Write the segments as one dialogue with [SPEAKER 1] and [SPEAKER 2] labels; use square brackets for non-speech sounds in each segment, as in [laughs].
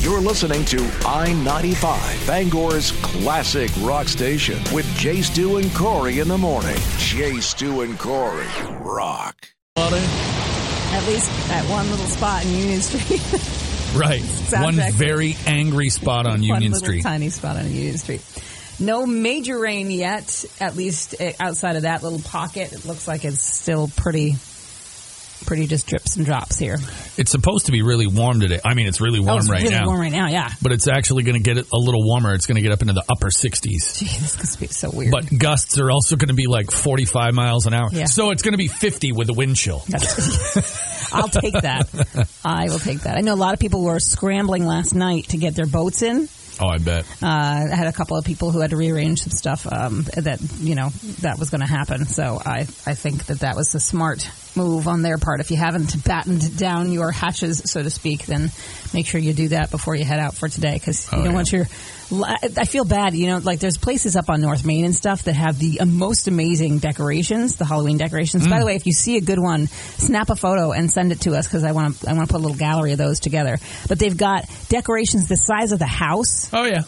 [SPEAKER 1] You're listening to I 95, Bangor's classic rock station, with Jay Stu and Corey in the morning. Jay Stu and Corey rock.
[SPEAKER 2] At least at one little spot in Union Street.
[SPEAKER 3] Right.
[SPEAKER 2] Sounds
[SPEAKER 3] One
[SPEAKER 2] accurate.
[SPEAKER 3] very angry spot on
[SPEAKER 2] [laughs] one
[SPEAKER 3] Union
[SPEAKER 2] little
[SPEAKER 3] Street.
[SPEAKER 2] tiny spot on Union Street. No major rain yet, at least eh, outside of that little pocket. It looks like it's still pretty, pretty just drips and drops here.
[SPEAKER 3] It's supposed to be really warm today. I mean, it's really warm
[SPEAKER 2] oh, it's
[SPEAKER 3] right
[SPEAKER 2] really
[SPEAKER 3] now.
[SPEAKER 2] warm right now, yeah.
[SPEAKER 3] But it's actually going to get a little warmer. It's going to get up into the upper 60s.
[SPEAKER 2] Gee, this could be so weird.
[SPEAKER 3] But gusts are also going to be like 45 miles an hour.
[SPEAKER 2] Yeah.
[SPEAKER 3] So it's going to be 50 with a wind chill.
[SPEAKER 2] That's- [laughs] I'll take that.
[SPEAKER 3] [laughs]
[SPEAKER 2] I will take that. I know a lot of people were scrambling last night to get their boats in.
[SPEAKER 3] Oh, I bet.
[SPEAKER 2] Uh, I had a couple of people who had to rearrange some stuff um, that you know that was going to happen. So I I think that that was a smart move on their part. If you haven't battened down your hatches, so to speak, then make sure you do that before you head out for today because you
[SPEAKER 3] Oh,
[SPEAKER 2] don't
[SPEAKER 3] yeah.
[SPEAKER 2] want your. I feel bad, you know, like there's places up on North Main and stuff that have the uh, most amazing decorations, the Halloween decorations.
[SPEAKER 3] Mm.
[SPEAKER 2] By the way, if you see a good one, snap a photo and send it to us because I want to I want to put a little gallery of those together. But they've got decorations the size of the house.
[SPEAKER 3] Oh, yeah.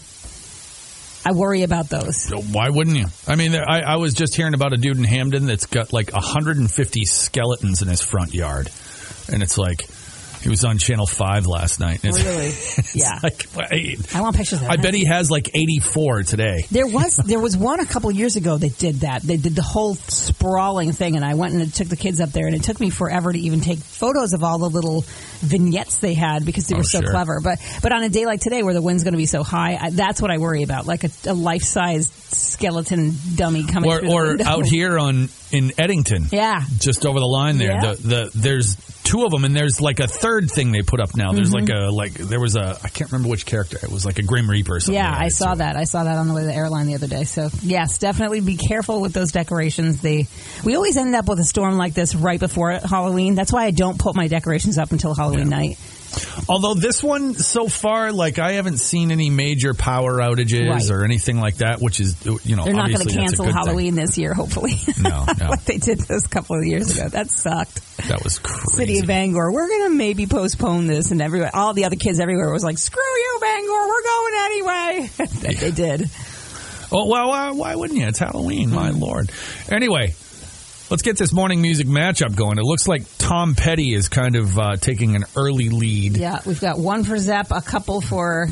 [SPEAKER 2] I worry about those.
[SPEAKER 3] So Why wouldn't you? I mean, there, I, I was just hearing about a dude in Hamden that's got like 150 skeletons in his front yard. And it's like, he was on Channel 5 last night. And [laughs] it's,
[SPEAKER 2] yeah.
[SPEAKER 3] like, wait.
[SPEAKER 2] I want pictures of
[SPEAKER 3] I
[SPEAKER 2] that.
[SPEAKER 3] bet he has like 84 today.
[SPEAKER 2] There was there was one a couple years ago that did that. They did the whole sprawling thing, and I went and took the kids up there, and it took me forever to even take photos of all the little vignettes they had because they were
[SPEAKER 3] Oh,
[SPEAKER 2] so
[SPEAKER 3] sure.
[SPEAKER 2] clever. But but on a day like today, where the wind's going to be so high, I, that's what I worry about, like a, a life size skeleton dummy coming.
[SPEAKER 3] Or,
[SPEAKER 2] through the
[SPEAKER 3] or
[SPEAKER 2] window. [laughs]
[SPEAKER 3] out here on in Eddington.
[SPEAKER 2] Yeah.
[SPEAKER 3] Just over the line there.
[SPEAKER 2] Yeah.
[SPEAKER 3] The, the there's two of them and there's like a third thing they put up now. There's
[SPEAKER 2] Mm-hmm.
[SPEAKER 3] like a like there was a I can't remember which character. It was like a Grim Reaper or something.
[SPEAKER 2] Yeah,
[SPEAKER 3] like
[SPEAKER 2] I saw
[SPEAKER 3] So-
[SPEAKER 2] that. I saw that on the way to the airline the other day. So yes, definitely be careful with those decorations. They we always end up with a storm like this right before Halloween. That's why I don't put my decorations up until Halloween night.
[SPEAKER 3] Although this one so far, like I haven't seen any major power outages
[SPEAKER 2] Right.
[SPEAKER 3] or anything like that, which is you know
[SPEAKER 2] They're not going to
[SPEAKER 3] obviously that's a
[SPEAKER 2] cancel
[SPEAKER 3] good thing.
[SPEAKER 2] Halloween this year, hopefully. [laughs]
[SPEAKER 3] No, no,
[SPEAKER 2] like they did this a couple of years ago. That sucked.
[SPEAKER 3] that was crazy.
[SPEAKER 2] City of Bangor, we're going to maybe postpone this, and everyone, all the other kids everywhere was like, "Screw you, Bangor, we're going anyway." [laughs] That They did.
[SPEAKER 3] Oh, well, why, why wouldn't you? It's Halloween, my lord. Anyway, let's get this morning music matchup going. It looks like Tom Petty is kind of uh, taking an early lead.
[SPEAKER 2] Yeah, we've got one for Zep, a couple for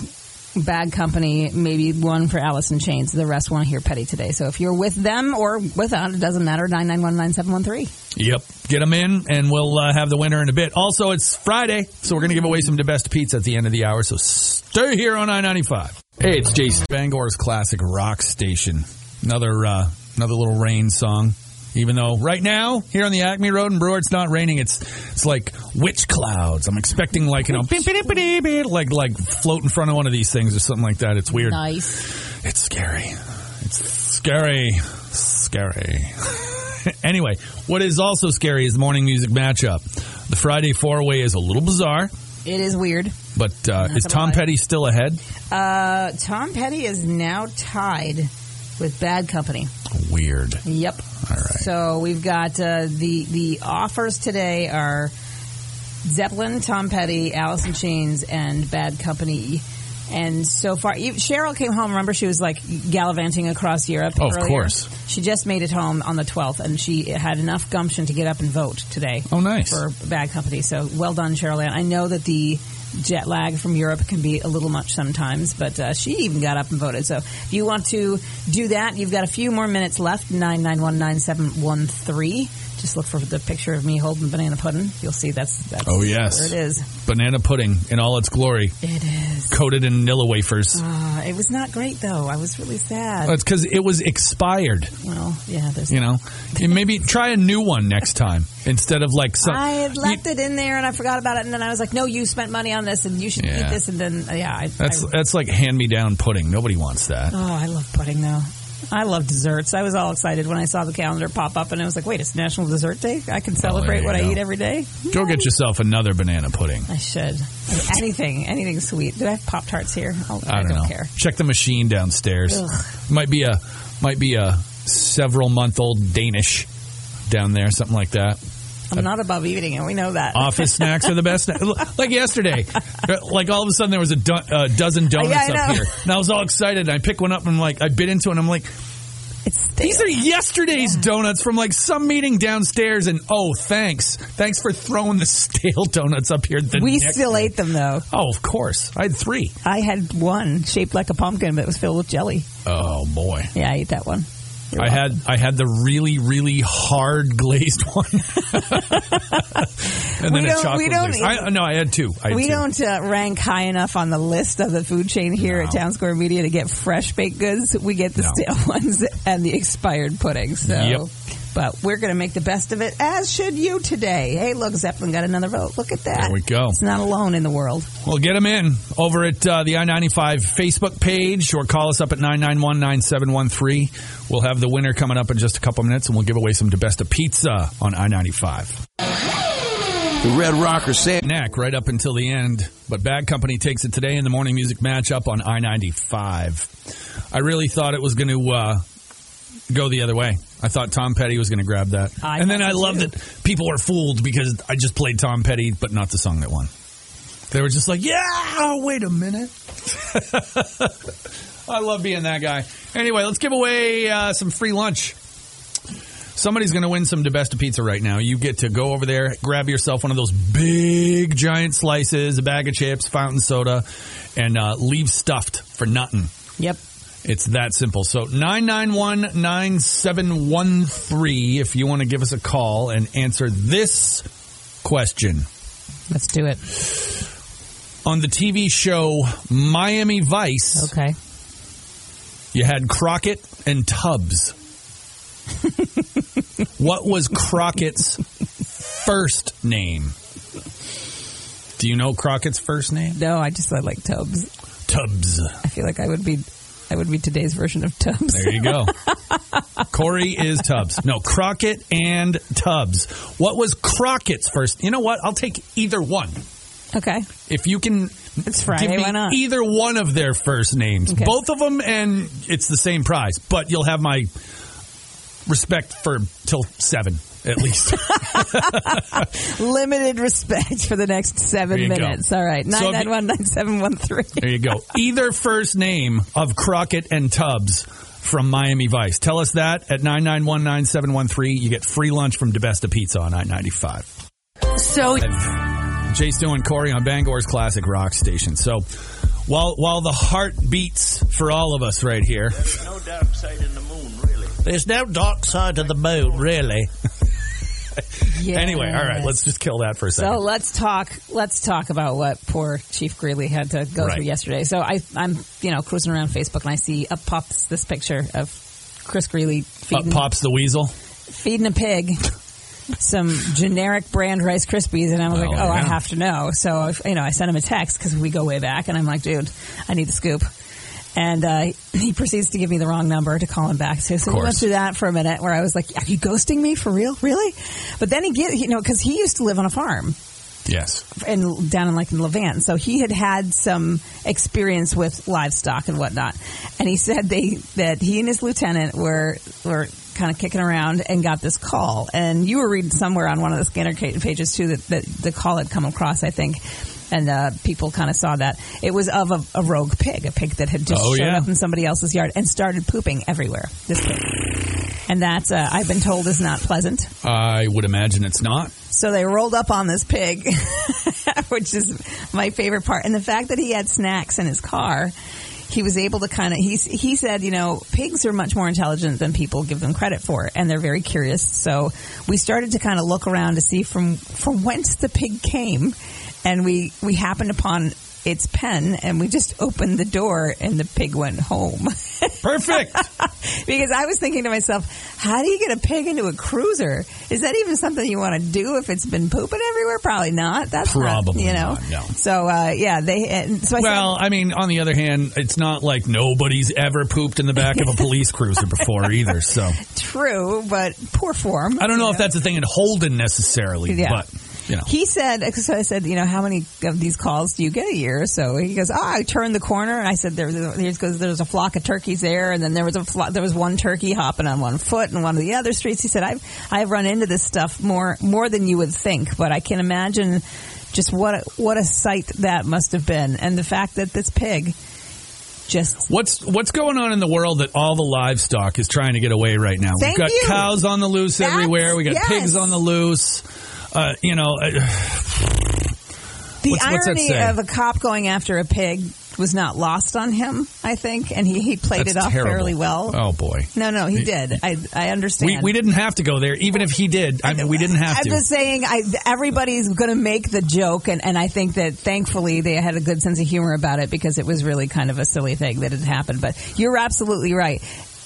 [SPEAKER 2] Bad Company, maybe one for Alice in Chains. The rest want to hear Petty today. So if you're with them or without, it doesn't matter. Nine nine one nine seven one three.
[SPEAKER 3] Yep. Get them in, and we'll uh, have the winner in a bit. Also, it's Friday, so we're going to give away some to best pizza at the end of the hour, so stay here on I 95. Hey, it's Jason. Bangor's classic rock station. Another, uh, another little rain song. Even though right now here on the Acme Road in Brewer, it's not raining. It's it's like witch clouds. I'm expecting like you know, beep, beep, beep, beep, beep, like like float in front of one of these things or something like that. It's weird.
[SPEAKER 2] Nice.
[SPEAKER 3] It's scary. It's scary. Scary. [laughs] anyway, what is also scary is the morning music matchup. The Friday four way is a little bizarre,
[SPEAKER 2] It is weird.
[SPEAKER 3] but uh, is
[SPEAKER 2] gonna
[SPEAKER 3] Tom
[SPEAKER 2] lie.
[SPEAKER 3] Petty still ahead?
[SPEAKER 2] Uh, Tom Petty is now tied with Bad Company.
[SPEAKER 3] Weird.
[SPEAKER 2] Yep.
[SPEAKER 3] All right.
[SPEAKER 2] So we've got uh, the the offers today are Zeppelin, Tom Petty, Alice in Chains, and Bad Company. And so far, you- Cheryl came home. Remember, she was like gallivanting across Europe.
[SPEAKER 3] Oh, of
[SPEAKER 2] earlier.
[SPEAKER 3] course.
[SPEAKER 2] She just made it home on the 12th, and she had enough gumption to get up and vote today
[SPEAKER 3] Oh, nice.
[SPEAKER 2] for Bad Company. So well done, Cheryl Ann. I know that the jet lag from Europe can be a little much sometimes, but uh, she even got up and voted. So if you want to do that, you've got a few more minutes left. Nine nine one nine seven one three. Just look for the picture of me holding banana pudding. You'll see that's that's
[SPEAKER 3] Oh, yes.
[SPEAKER 2] where it is.
[SPEAKER 3] Banana pudding in all its glory,
[SPEAKER 2] It is.
[SPEAKER 3] coated in Nilla wafers.
[SPEAKER 2] Uh, it was not great though. I was really sad.
[SPEAKER 3] It's because it was expired.
[SPEAKER 2] well, yeah, there's.
[SPEAKER 3] You know, And maybe try a new one next time instead of like some.
[SPEAKER 2] I had
[SPEAKER 3] You-
[SPEAKER 2] left it in there and I forgot about it, and then I was like, "No, you spent money on this, and you should
[SPEAKER 3] Yeah.
[SPEAKER 2] eat this." And then, uh, yeah, I,
[SPEAKER 3] that's
[SPEAKER 2] I
[SPEAKER 3] that's like hand me down pudding. Nobody wants that.
[SPEAKER 2] Oh, I love pudding though. I love desserts. I was all excited when I saw the calendar pop up and I was like, wait, it's National Dessert Day? I can celebrate
[SPEAKER 3] Oh, you
[SPEAKER 2] what
[SPEAKER 3] go.
[SPEAKER 2] I eat every day?
[SPEAKER 3] Go get yourself another banana pudding.
[SPEAKER 2] I should. Anything, anything sweet. Do I have Pop Tarts here? I'll,
[SPEAKER 3] I don't, know.
[SPEAKER 2] care.
[SPEAKER 3] Check the machine downstairs.
[SPEAKER 2] Ugh.
[SPEAKER 3] Might be a might be a several month old Danish down there, something like that.
[SPEAKER 2] I'm not above eating it. We know that.
[SPEAKER 3] Office snacks are the best. [laughs] sna- Look, like yesterday, like all of a sudden there was a do- uh, dozen donuts
[SPEAKER 2] Yeah, I
[SPEAKER 3] up
[SPEAKER 2] know.
[SPEAKER 3] here, and I was all excited. And I pick one up and I'm like, I bit into it. and I'm like,
[SPEAKER 2] It's stale.
[SPEAKER 3] these are yesterday's donuts from like some meeting downstairs. And oh, thanks, thanks for throwing the [laughs] stale donuts up here. The
[SPEAKER 2] we
[SPEAKER 3] next-
[SPEAKER 2] still ate them though.
[SPEAKER 3] Oh, of course, I had three.
[SPEAKER 2] I had one shaped like a pumpkin, but it was filled with jelly.
[SPEAKER 3] Oh boy.
[SPEAKER 2] Yeah, I ate that one. You're
[SPEAKER 3] I
[SPEAKER 2] welcome.
[SPEAKER 3] had I had the really really hard glazed [laughs] one, and
[SPEAKER 2] We
[SPEAKER 3] then a
[SPEAKER 2] don't-
[SPEAKER 3] chocolate.
[SPEAKER 2] we don't
[SPEAKER 3] glaze. I, no, I had two. I had
[SPEAKER 2] We
[SPEAKER 3] two.
[SPEAKER 2] don't uh, rank high enough on the list of the food chain here at Town Square Media to get fresh baked goods. We get the
[SPEAKER 3] No.
[SPEAKER 2] stale [laughs] ones and the expired puddings. So.
[SPEAKER 3] Yep.
[SPEAKER 2] But we're going to make the best of it, as should you today. Hey, look, Zeppelin got another vote. Look at that.
[SPEAKER 3] There we go.
[SPEAKER 2] It's not alone in the world.
[SPEAKER 3] Well, get them in over at uh, the I 95 Facebook page or call us up at 991 9713. We'll have the winner coming up in just a couple minutes and we'll give away some DeBesta pizza on I 95.
[SPEAKER 4] The Red Rocker said,
[SPEAKER 3] Neck right up until the end, but Bad Company takes it today in the morning music matchup on I 95. I really thought it was going to uh, go the other way. I thought Tom Petty was going to grab that.
[SPEAKER 2] I
[SPEAKER 3] and then
[SPEAKER 2] thought
[SPEAKER 3] I
[SPEAKER 2] so,
[SPEAKER 3] loved
[SPEAKER 2] too.
[SPEAKER 3] that people were fooled because I just played Tom Petty, but not the song that won. They were just like, yeah, oh, wait a minute. [laughs] I love being that guy. Anyway, let's give away uh, some free lunch. Somebody's going to win some DeBesta pizza right now. You get to go over there, grab yourself one of those big giant slices, a bag of chips, fountain soda, and uh, leave stuffed for nothing.
[SPEAKER 2] Yep.
[SPEAKER 3] It's that simple. So 991-9713 if you want to give us a call and answer this question.
[SPEAKER 2] Let's do it.
[SPEAKER 3] On the TV show Miami Vice,
[SPEAKER 2] Okay.
[SPEAKER 3] you had Crockett and Tubbs. what was Crockett's first name? Do you know Crockett's first name?
[SPEAKER 2] No, I just I like tubs.
[SPEAKER 3] Tubbs.
[SPEAKER 2] I feel like I would be, I would be today's version of tubs.
[SPEAKER 3] There you go. Corey is Tubbs. No, Crockett and Tubbs. What was Crockett's first? You know what? I'll take either one.
[SPEAKER 2] Okay.
[SPEAKER 3] If you can,
[SPEAKER 2] It's Friday,
[SPEAKER 3] Give me
[SPEAKER 2] why not?
[SPEAKER 3] Either one of their first names,
[SPEAKER 2] Okay.
[SPEAKER 3] both of them, and it's the same prize. But you'll have my respect for till seven at
[SPEAKER 2] [laughs]
[SPEAKER 3] least.
[SPEAKER 2] Limited respect for the next
[SPEAKER 3] There
[SPEAKER 2] seven
[SPEAKER 3] you go.
[SPEAKER 2] minutes. All right.
[SPEAKER 3] So if you-
[SPEAKER 2] Nine nine one nine seven one three.
[SPEAKER 3] there you go. Either first name of Crockett and Tubbs from Miami Vice. Tell us that at nine nine one nine seven one three. You get free lunch from DeBesta Pizza on I ninety five.
[SPEAKER 2] So
[SPEAKER 3] Jay Stu and Corey on Bangor's Classic Rock Station. So while while the heart beats for all of us right here,
[SPEAKER 5] no dark side in the moon, really.
[SPEAKER 3] there's no dark side to the moon, really.
[SPEAKER 2] yes.
[SPEAKER 3] Anyway, all right, let's just kill that for a second.
[SPEAKER 2] So let's talk. Let's talk about what poor Chief Greeley had to go
[SPEAKER 3] Right.
[SPEAKER 2] through yesterday. So I, I'm, you know, cruising around Facebook and I see up pops this picture of Chris Greeley
[SPEAKER 3] Up
[SPEAKER 2] feeding,
[SPEAKER 3] pops the weasel.
[SPEAKER 2] feeding a pig some generic brand Rice Krispies, and I was
[SPEAKER 3] Well,
[SPEAKER 2] like, oh, I
[SPEAKER 3] yeah.
[SPEAKER 2] have to know. So I- you know, I sent him a text because we go way back, and I'm like, dude, I need the scoop. And uh, he proceeds to give me the wrong number to call him back to. So we went
[SPEAKER 3] course.
[SPEAKER 2] through that for a minute, where I was like, "Are you ghosting me for real? Really?" But then he get, you know, because he used to live on a farm,
[SPEAKER 3] Yes.
[SPEAKER 2] and down in like in Levant. So he had had some experience with livestock and whatnot. And he said they that he and his lieutenant were were kind of kicking around and got this call. And you were reading somewhere on one of the scanner ca- pages too that, that the call had come across, I think. And uh, people kind of saw that it was of a, a rogue pig, a pig that had just
[SPEAKER 3] Oh,
[SPEAKER 2] showed
[SPEAKER 3] yeah.
[SPEAKER 2] up in somebody else's yard and started pooping everywhere. This pig, and that uh, I've been told is not pleasant.
[SPEAKER 3] I would imagine it's not.
[SPEAKER 2] So they rolled up on this pig, [laughs] which is my favorite part. And the fact that he had snacks in his car, he was able to kind of, he, he said, you know, pigs are much more intelligent than people give them credit for, and they're very curious. So we started to kind of look around to see from, from whence the pig came. And we, we happened upon its pen and we just opened the door and the pig went home. [laughs]
[SPEAKER 3] Perfect.
[SPEAKER 2] Because I was thinking to myself, how do you get a pig into a cruiser? Is that even something you want to do if it's been pooping everywhere? Probably not. That's not,
[SPEAKER 3] Probably
[SPEAKER 2] you know.
[SPEAKER 3] not, no.
[SPEAKER 2] So uh, yeah, they. And so I
[SPEAKER 3] well, I mean, on the other hand, it's not like nobody's ever pooped in the back of a police cruiser before either. So
[SPEAKER 2] [laughs] said true, but poor form.
[SPEAKER 3] I don't know
[SPEAKER 2] you
[SPEAKER 3] if that's a thing in Holden necessarily,
[SPEAKER 2] Yeah.
[SPEAKER 3] but You know.
[SPEAKER 2] He said, so I said, you know, how many of these calls do you get a year? So he goes, ah, I turned the corner and I said, there, there, he goes, there was a flock of turkeys there. And then there was a flock, there was one turkey hopping on one foot and one of the other streets. He said, I've, I've run into this stuff more, more than you would think, but I can imagine just what, a, what a sight that must have been. And the fact that this pig just
[SPEAKER 3] What's what's going on in the world that all the livestock is trying to get away right now?
[SPEAKER 2] Thank
[SPEAKER 3] We've got
[SPEAKER 2] you.
[SPEAKER 3] cows on the loose
[SPEAKER 2] That's-
[SPEAKER 3] everywhere. We got
[SPEAKER 2] yes.
[SPEAKER 3] pigs on the loose. Uh, you know, uh,
[SPEAKER 2] The
[SPEAKER 3] What's- what's that
[SPEAKER 2] irony
[SPEAKER 3] say?
[SPEAKER 2] of a cop going after a pig was not lost on him, I think, and he, he played
[SPEAKER 3] that's
[SPEAKER 2] it off
[SPEAKER 3] terrible.
[SPEAKER 2] fairly well.
[SPEAKER 3] Oh boy,
[SPEAKER 2] No, no, he did. I I understand.
[SPEAKER 3] we, we didn't have to go there. Even if he did, I mean, we didn't have
[SPEAKER 2] I'm
[SPEAKER 3] to.
[SPEAKER 2] just saying, I, everybody's going to make the joke, and, and I think that thankfully they had a good sense of humor about it because it was really kind of a silly thing that had happened. But you're absolutely right.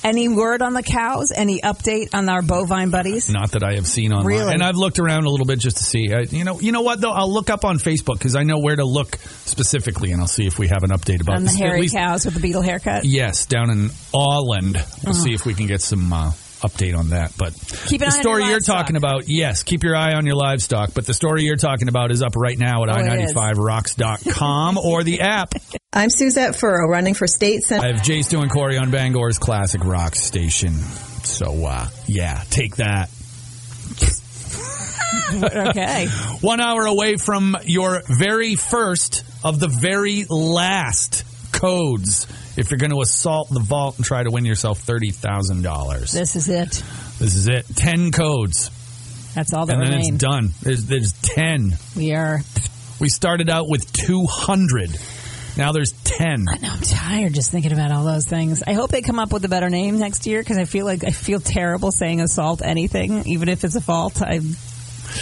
[SPEAKER 2] Any word on the cows? Any update on our bovine buddies?
[SPEAKER 3] Not that I have seen online,
[SPEAKER 2] Really?
[SPEAKER 3] and I've looked around a little bit just to see. I, you know, you know what though? I'll look up on Facebook because I know where to look specifically, and I'll see if we have an update about
[SPEAKER 2] on the
[SPEAKER 3] this. At
[SPEAKER 2] hairy
[SPEAKER 3] least-
[SPEAKER 2] cows with the beetle haircut?
[SPEAKER 3] Yes, down in Auland. We'll see if we can get some uh, update on that. But
[SPEAKER 2] Uh-huh. Keep an
[SPEAKER 3] the
[SPEAKER 2] eye on
[SPEAKER 3] story
[SPEAKER 2] your
[SPEAKER 3] you're
[SPEAKER 2] livestock.
[SPEAKER 3] talking about, yes, keep your eye on your livestock. But the story you're talking about is up right now at
[SPEAKER 2] Oh, it is. [laughs]
[SPEAKER 3] i95rocks.com or the app.
[SPEAKER 6] I'm Suzette Furrow, running for state
[SPEAKER 3] I
[SPEAKER 6] senator.
[SPEAKER 3] have Jay Stu and Corey on Bangor's Classic Rock Station. So, uh, yeah, take that.
[SPEAKER 2] Okay.
[SPEAKER 3] One hour away from your very first of the very last codes if you're going to assault the vault and try to win yourself $30,000.
[SPEAKER 2] this is it.
[SPEAKER 3] This is it. 10 codes.
[SPEAKER 2] That's all that
[SPEAKER 3] and then
[SPEAKER 2] remains.
[SPEAKER 3] it's done. There's, there's 10.
[SPEAKER 2] We are.
[SPEAKER 3] We started out with 200. Now there's 10.
[SPEAKER 2] I know, I'm tired just thinking about all those things. I hope they come up with a better name next year because I feel like I feel terrible saying assault anything, even if it's a fault. I'm,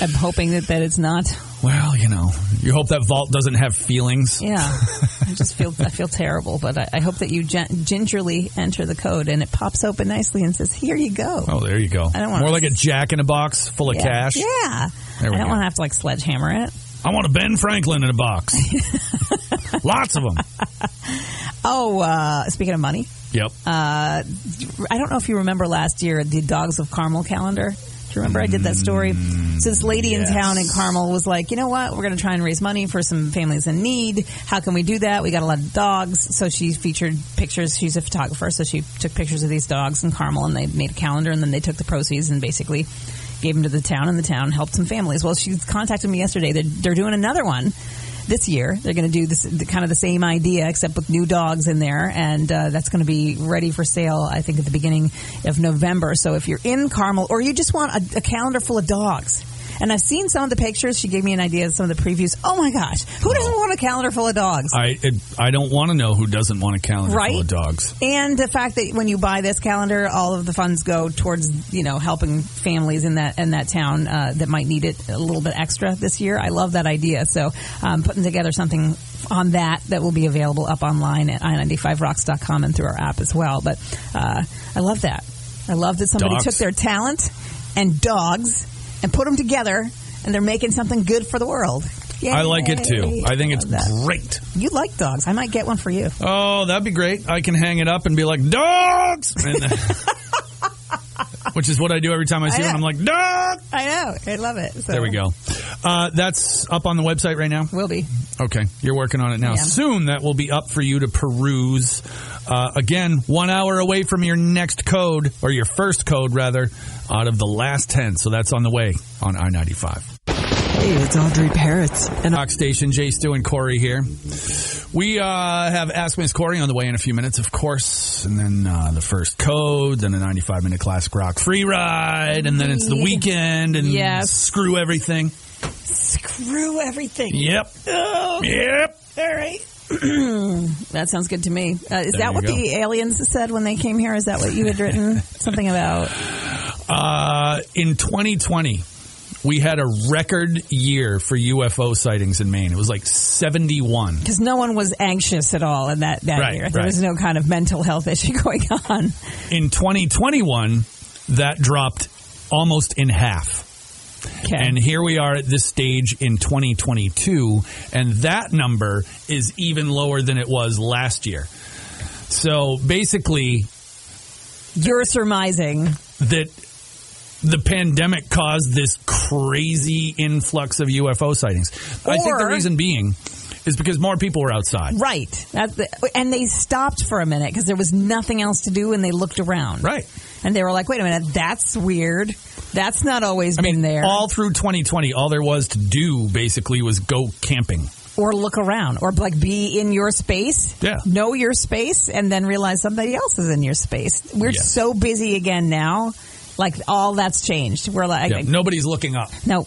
[SPEAKER 2] I'm hoping that, that it's not.
[SPEAKER 3] Well, you know, you hope that vault doesn't have feelings.
[SPEAKER 2] Yeah, [laughs] I just feel I feel terrible, but I, I hope that you gen- gingerly enter the code and it pops open nicely and says, "Here you go."
[SPEAKER 3] Oh, there you go.
[SPEAKER 2] I don't wanna-
[SPEAKER 3] More like a jack in a box full of
[SPEAKER 2] yeah.
[SPEAKER 3] cash.
[SPEAKER 2] Yeah,
[SPEAKER 3] There we
[SPEAKER 2] I don't
[SPEAKER 3] go.
[SPEAKER 2] want to have to like sledgehammer it.
[SPEAKER 3] I want a Ben Franklin in a
[SPEAKER 2] [laughs]
[SPEAKER 3] box. Lots of them.
[SPEAKER 2] Oh, uh, speaking of money,
[SPEAKER 3] Yep.
[SPEAKER 2] uh, I don't know if you remember last year the Dogs of Carmel calendar. Do you remember I did that story? So this lady
[SPEAKER 3] yes.
[SPEAKER 2] in town in Carmel was like, you know what? We're going to try and raise money for some families in need. How can we do that? We got a lot of dogs. So she featured pictures. She's a photographer. So she took pictures of these dogs in Carmel and they made a calendar and then they took the proceeds and basically gave them to the town and the town helped some families. Well, she contacted me yesterday. They're, they're doing another one this year. They're going to do this the, kind of the same idea, except with new dogs in there, and uh, that's going to be ready for sale. I think at the beginning of November. So if you're in Carmel, or you just want a, a calendar full of dogs. And I've seen some of the pictures. She gave me an idea of some of the previews. Oh my gosh, who doesn't want a calendar full of dogs?
[SPEAKER 3] I it, I don't want to know who doesn't want a calendar
[SPEAKER 2] Right?
[SPEAKER 3] full of dogs.
[SPEAKER 2] And the fact that when you buy this calendar, all of the funds go towards you know helping families in that in that town uh, that might need it a little bit extra this year. I love that idea. So um, putting together something on that that will be available up online at i95rocks.com and through our app as well. But uh, I love that. I love that somebody
[SPEAKER 3] Dogs.
[SPEAKER 2] took their talent and dogs and put them together, and they're making something good for the world.
[SPEAKER 3] I like it too.
[SPEAKER 2] Yay.
[SPEAKER 3] I think it's
[SPEAKER 2] love that.
[SPEAKER 3] great.
[SPEAKER 2] You like dogs. I might get one for you.
[SPEAKER 3] Oh, that'd be great. I can hang it up and be like, dogs! And,
[SPEAKER 2] [laughs]
[SPEAKER 3] which is what I do every time I see one.
[SPEAKER 2] I know.
[SPEAKER 3] I'm like, dog!
[SPEAKER 2] I know. I love it. So.
[SPEAKER 3] There we go. Uh, that's up on the website right now.
[SPEAKER 2] Will be.
[SPEAKER 3] Okay. You're working on it now.
[SPEAKER 2] Yeah.
[SPEAKER 3] Soon that will be up for you to peruse. Uh, again, one hour away from your next code, or your first code, rather, out of the last 10. So that's on the way on I 95.
[SPEAKER 7] Hey, it's Audrey Parrots, and
[SPEAKER 3] Rock Station, Jay Stu and Corey here. We uh, have Ask Miss Corey on the way in a few minutes, of course, and then uh, the first code, then a 95 minute classic rock free ride, and then it's the weekend, and
[SPEAKER 2] Yes.
[SPEAKER 3] screw everything.
[SPEAKER 2] Screw everything.
[SPEAKER 3] Yep. Yep.
[SPEAKER 2] All right. [clears throat] that sounds good to me. Uh, is
[SPEAKER 3] There you
[SPEAKER 2] that what
[SPEAKER 3] go.
[SPEAKER 2] the aliens said when they came here? Is that what you had written?
[SPEAKER 3] [laughs]
[SPEAKER 2] Something about.
[SPEAKER 3] Uh, in 2020, we had a record year for UFO sightings in Maine. It was like 71.
[SPEAKER 2] Because no one was anxious at all in that, that
[SPEAKER 3] Right,
[SPEAKER 2] year. There
[SPEAKER 3] right.
[SPEAKER 2] was no kind of mental health [laughs] issue going on.
[SPEAKER 3] In 2021, that dropped almost in half.
[SPEAKER 2] Okay.
[SPEAKER 3] And here we are at this stage in 2022, and that number is even lower than it was last year. So basically,
[SPEAKER 2] You're surmising
[SPEAKER 3] that the pandemic caused this crazy influx of UFO sightings. I think the
[SPEAKER 2] Or-
[SPEAKER 3] reason being is because more people were outside.
[SPEAKER 2] Right. That's the, and they stopped for a minute because there was nothing else to do and they looked around.
[SPEAKER 3] Right.
[SPEAKER 2] And they were like, wait a minute, that's weird. That's not always
[SPEAKER 3] I mean,
[SPEAKER 2] been there.
[SPEAKER 3] all through 2020, all there was to do basically was go camping.
[SPEAKER 2] or look around or like be in your space.
[SPEAKER 3] Yeah.
[SPEAKER 2] Know your space and then realize somebody else is in your space. We're
[SPEAKER 3] Yes.
[SPEAKER 2] so busy again now. Like all that's changed. We're like,
[SPEAKER 3] Yeah, nobody's looking up.
[SPEAKER 2] no,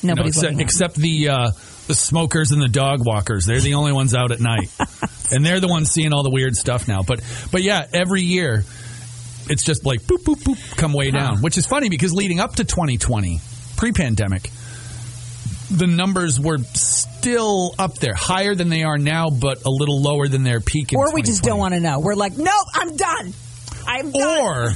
[SPEAKER 3] you know,
[SPEAKER 2] nobody's
[SPEAKER 3] except,
[SPEAKER 2] looking.
[SPEAKER 3] except the uh, the smokers and the dog walkers. They're the only ones out at
[SPEAKER 2] [laughs]
[SPEAKER 3] night, and they're the ones seeing all the weird stuff now. But but yeah, every year it's just like boop boop boop, come way down, which is funny because leading up to 2020, pre-pandemic, the numbers were still up there, higher than they are now, but a little lower than their peak. In
[SPEAKER 2] or we
[SPEAKER 3] 2020.
[SPEAKER 2] just don't want to know. We're like, nope, I'm done. I'm done.
[SPEAKER 3] or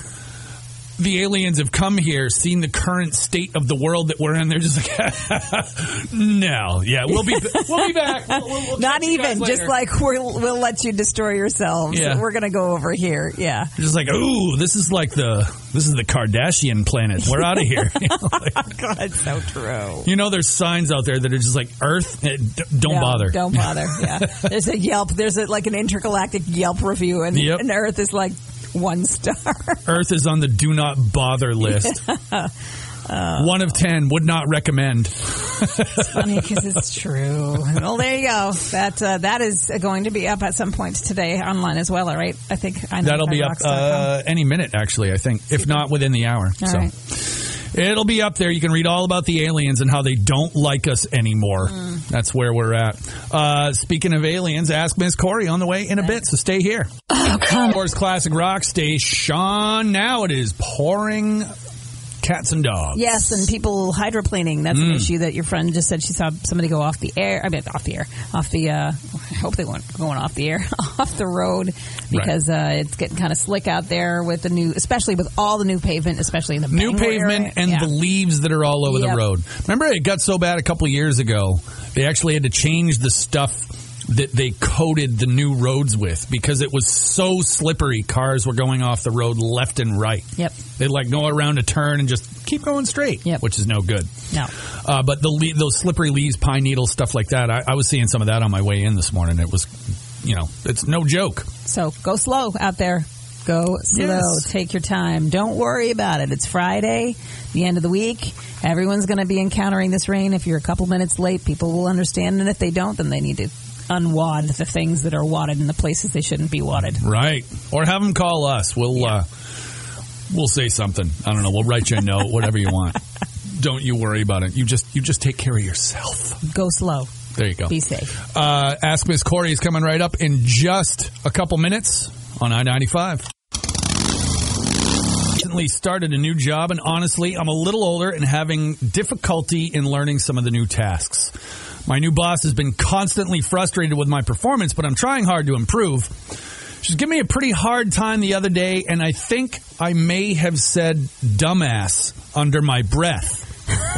[SPEAKER 3] the aliens have come here, seen the current state of the world that we're in. They're just like, [laughs] no, yeah, we'll be we'll be back. We'll- we'll- we'll
[SPEAKER 2] Not
[SPEAKER 3] catch you guys
[SPEAKER 2] even. Just
[SPEAKER 3] later."
[SPEAKER 2] like we're, we'll let you destroy yourselves.
[SPEAKER 3] Yeah.
[SPEAKER 2] We're going to go over here. Yeah. [laughs]
[SPEAKER 3] just like, ooh, this is like the this is the Kardashian planet. We're out of here.
[SPEAKER 2] [laughs]
[SPEAKER 3] You know, like-
[SPEAKER 2] God, so true.
[SPEAKER 3] you know, there's signs out there that are just like Earth. eh, d- Don't bother. [laughs]
[SPEAKER 2] Don't bother. Yeah. There's a Yelp. There's a, like an intergalactic Yelp review, and,
[SPEAKER 3] Yep.
[SPEAKER 2] and Earth is like one star.
[SPEAKER 3] Earth is on the do not bother
[SPEAKER 2] [laughs]
[SPEAKER 3] list. One of ten would not recommend.
[SPEAKER 2] Funny because it's true. Well, there you go. That uh, that is going to be up at some point today online as well. All right. I think I know
[SPEAKER 3] That'll be up uh, any minute, actually. I think, if not within the hour.
[SPEAKER 2] All
[SPEAKER 3] so
[SPEAKER 2] right.
[SPEAKER 3] it'll be up there. You can read all about the aliens and how they don't like us anymore. That's where we're at. Uh, speaking of aliens, ask Miss Corey on the way in a bit. So stay here. Oh, come. Of course, classic rock station. Now it is pouring cats and dogs.
[SPEAKER 2] Yes, and people hydroplaning. That's
[SPEAKER 3] Hmm.
[SPEAKER 2] an issue that your friend just said she saw somebody go off the air. I mean, off the air. Off the, uh, I hope they weren't going off the air, [laughs] off the road because uh, it's getting kind of slick out there with the new, especially with all the new pavement, especially in the
[SPEAKER 3] New
[SPEAKER 2] Bangor
[SPEAKER 3] pavement
[SPEAKER 2] area.
[SPEAKER 3] and
[SPEAKER 2] Yeah.
[SPEAKER 3] the leaves that are all over the
[SPEAKER 2] Yep.
[SPEAKER 3] road. Remember, it got so bad a couple years ago, they actually had to change the stuff that they coated the new roads with because it was so slippery. Cars were going off the road left and right.
[SPEAKER 2] Yep.
[SPEAKER 3] They'd like go around a turn and just keep going straight,
[SPEAKER 2] Yep.
[SPEAKER 3] which is no good.
[SPEAKER 2] No.
[SPEAKER 3] Uh, but the le- those slippery leaves, pine needles, stuff like that. I-, I was seeing some of that on my way in this morning. It was, you know, it's no joke.
[SPEAKER 2] So go slow out there. Go slow.
[SPEAKER 3] Yes.
[SPEAKER 2] Take your time. Don't worry about it. It's Friday, the end of the week. Everyone's going to be encountering this rain. If you're a couple minutes late, people will understand. And if they don't, then they need to unwad the things that are wadded in the places they shouldn't be wadded.
[SPEAKER 3] Right. Or have them call us. We'll uh, we'll say something. I don't know. We'll write you a note, whatever you want. Don't you worry about it. You just you just take care of yourself.
[SPEAKER 2] Go slow.
[SPEAKER 3] There you go.
[SPEAKER 2] Be safe.
[SPEAKER 3] Uh, Ask Miss Corey is coming right up in just a couple minutes on I ninety five. Recently started a new job, and honestly, I'm a little older and having difficulty in learning some of the new tasks. My new boss has been constantly frustrated with my performance, but I'm trying hard to improve. She's giving me a pretty hard time the other day, and I think I may have said dumbass under my breath.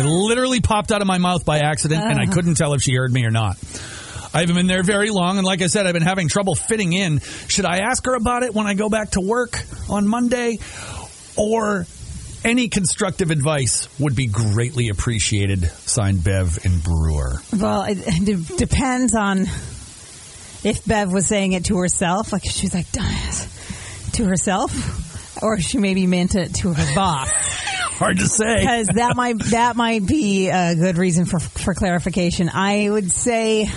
[SPEAKER 3] It literally popped out of my mouth by accident, and I couldn't tell if she heard me or not. I haven't been there very long, and like I said, I've been having trouble fitting in. Should I ask her about it when I go back to work on Monday? Or any constructive advice would be greatly appreciated. Signed Bev and Brewer. [laughs]
[SPEAKER 2] Well, it, it depends on if Bev was saying it to herself, like she was like "Dumbass," to herself, or she maybe meant it to her boss.
[SPEAKER 3] Hard to say.
[SPEAKER 2] because that might that might be a good reason for for clarification. I would say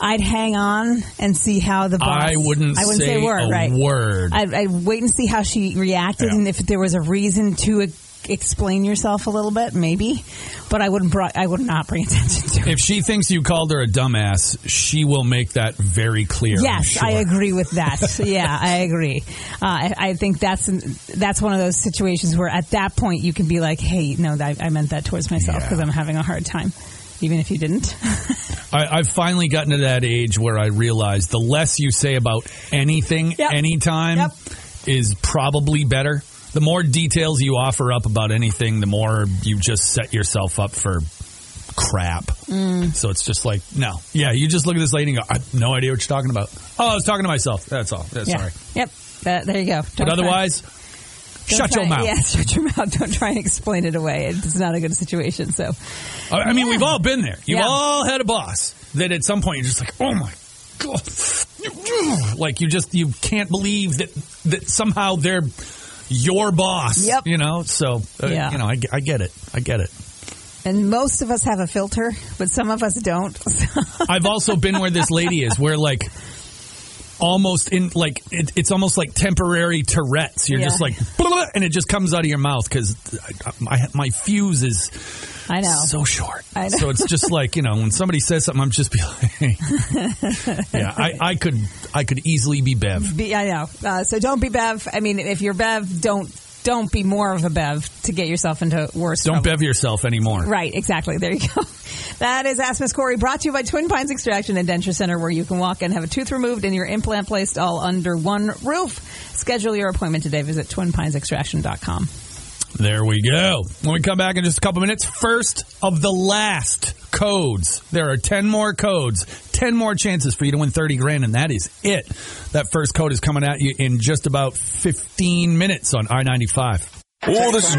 [SPEAKER 2] I'd hang on and see how the boss.
[SPEAKER 3] I wouldn't,
[SPEAKER 2] I wouldn't say,
[SPEAKER 3] say,
[SPEAKER 2] a word.
[SPEAKER 3] a
[SPEAKER 2] right.
[SPEAKER 3] word.
[SPEAKER 2] I'd, I'd wait and see how she reacted
[SPEAKER 3] Yeah.
[SPEAKER 2] and if there was a reason to e- explain yourself a little bit, maybe. But I wouldn't. Brought, I would not bring attention to. it.
[SPEAKER 3] If she thinks you called her a dumbass, she will make that very clear. I'm
[SPEAKER 2] Yes, I
[SPEAKER 3] sure.
[SPEAKER 2] agree
[SPEAKER 3] [laughs]
[SPEAKER 2] with that. yeah, I agree. Uh, I, I think that's an, that's one of those situations where at that point you can be like, "Hey, no, I, I meant that towards myself
[SPEAKER 3] Yeah.
[SPEAKER 2] because I'm having a hard time," even if you didn't.
[SPEAKER 3] I, I've finally gotten to that age where I realize the less you say about anything,
[SPEAKER 2] Yep.
[SPEAKER 3] anytime,
[SPEAKER 2] Yep.
[SPEAKER 3] is probably better. The more details you offer up about anything, the more you just set yourself up for crap.
[SPEAKER 2] Mm.
[SPEAKER 3] So it's just like, no. Yeah, you just look at this lady and go, I have no idea what you're talking about. Oh, I was talking to myself. That's all. Yeah, Sorry.
[SPEAKER 2] Yep. Uh, there you go. Don't
[SPEAKER 3] But
[SPEAKER 2] try.
[SPEAKER 3] otherwise, Shut
[SPEAKER 2] try-
[SPEAKER 3] your mouth.
[SPEAKER 2] Yeah, [laughs] shut your mouth. Don't try and explain it away. It's not a good situation. So,
[SPEAKER 3] I I mean,
[SPEAKER 2] Yeah.
[SPEAKER 3] we've all been there. You've
[SPEAKER 2] Yeah.
[SPEAKER 3] all had a boss that at some point you're just like, oh my god, like you just you can't believe that that somehow they're your boss.
[SPEAKER 2] Yep.
[SPEAKER 3] You know, so uh,
[SPEAKER 2] Yeah.
[SPEAKER 3] you know, I, ge- I get it. I get it.
[SPEAKER 2] and most of us have a filter, but some of us don't. So,
[SPEAKER 3] I've also been where this lady is, where like almost in like it, it's almost like temporary Tourette's. You're
[SPEAKER 2] Yeah.
[SPEAKER 3] just like, blah, blah, and it just comes out of your mouth because my my fuse is
[SPEAKER 2] I know.
[SPEAKER 3] so short.
[SPEAKER 2] I know.
[SPEAKER 3] So it's
[SPEAKER 2] [laughs]
[SPEAKER 3] just like you know when somebody says something, I'm just be like, [laughs] yeah, I, I could I could easily be Bev.
[SPEAKER 2] Be, I know. Uh, so don't be Bev. I mean, if you're Bev, don't don't be more of a Bev to get yourself into worse.
[SPEAKER 3] Don't
[SPEAKER 2] trouble.
[SPEAKER 3] Bev yourself anymore.
[SPEAKER 2] Right, exactly. There you go. [laughs] That is Ask Miss Corey, brought to you by Twin Pines Extraction and Denture Center, where you can walk and have a tooth removed and your implant placed all under one roof. Schedule your appointment today. Visit twinpinesextraction.com.
[SPEAKER 3] There we go. When we come back in just a couple minutes, first of the last codes. There are 10 more codes, 10 more chances for you to win 30 grand, and that is it. That first code is coming at you in just about 15 minutes on I 95.
[SPEAKER 4] Oh, this is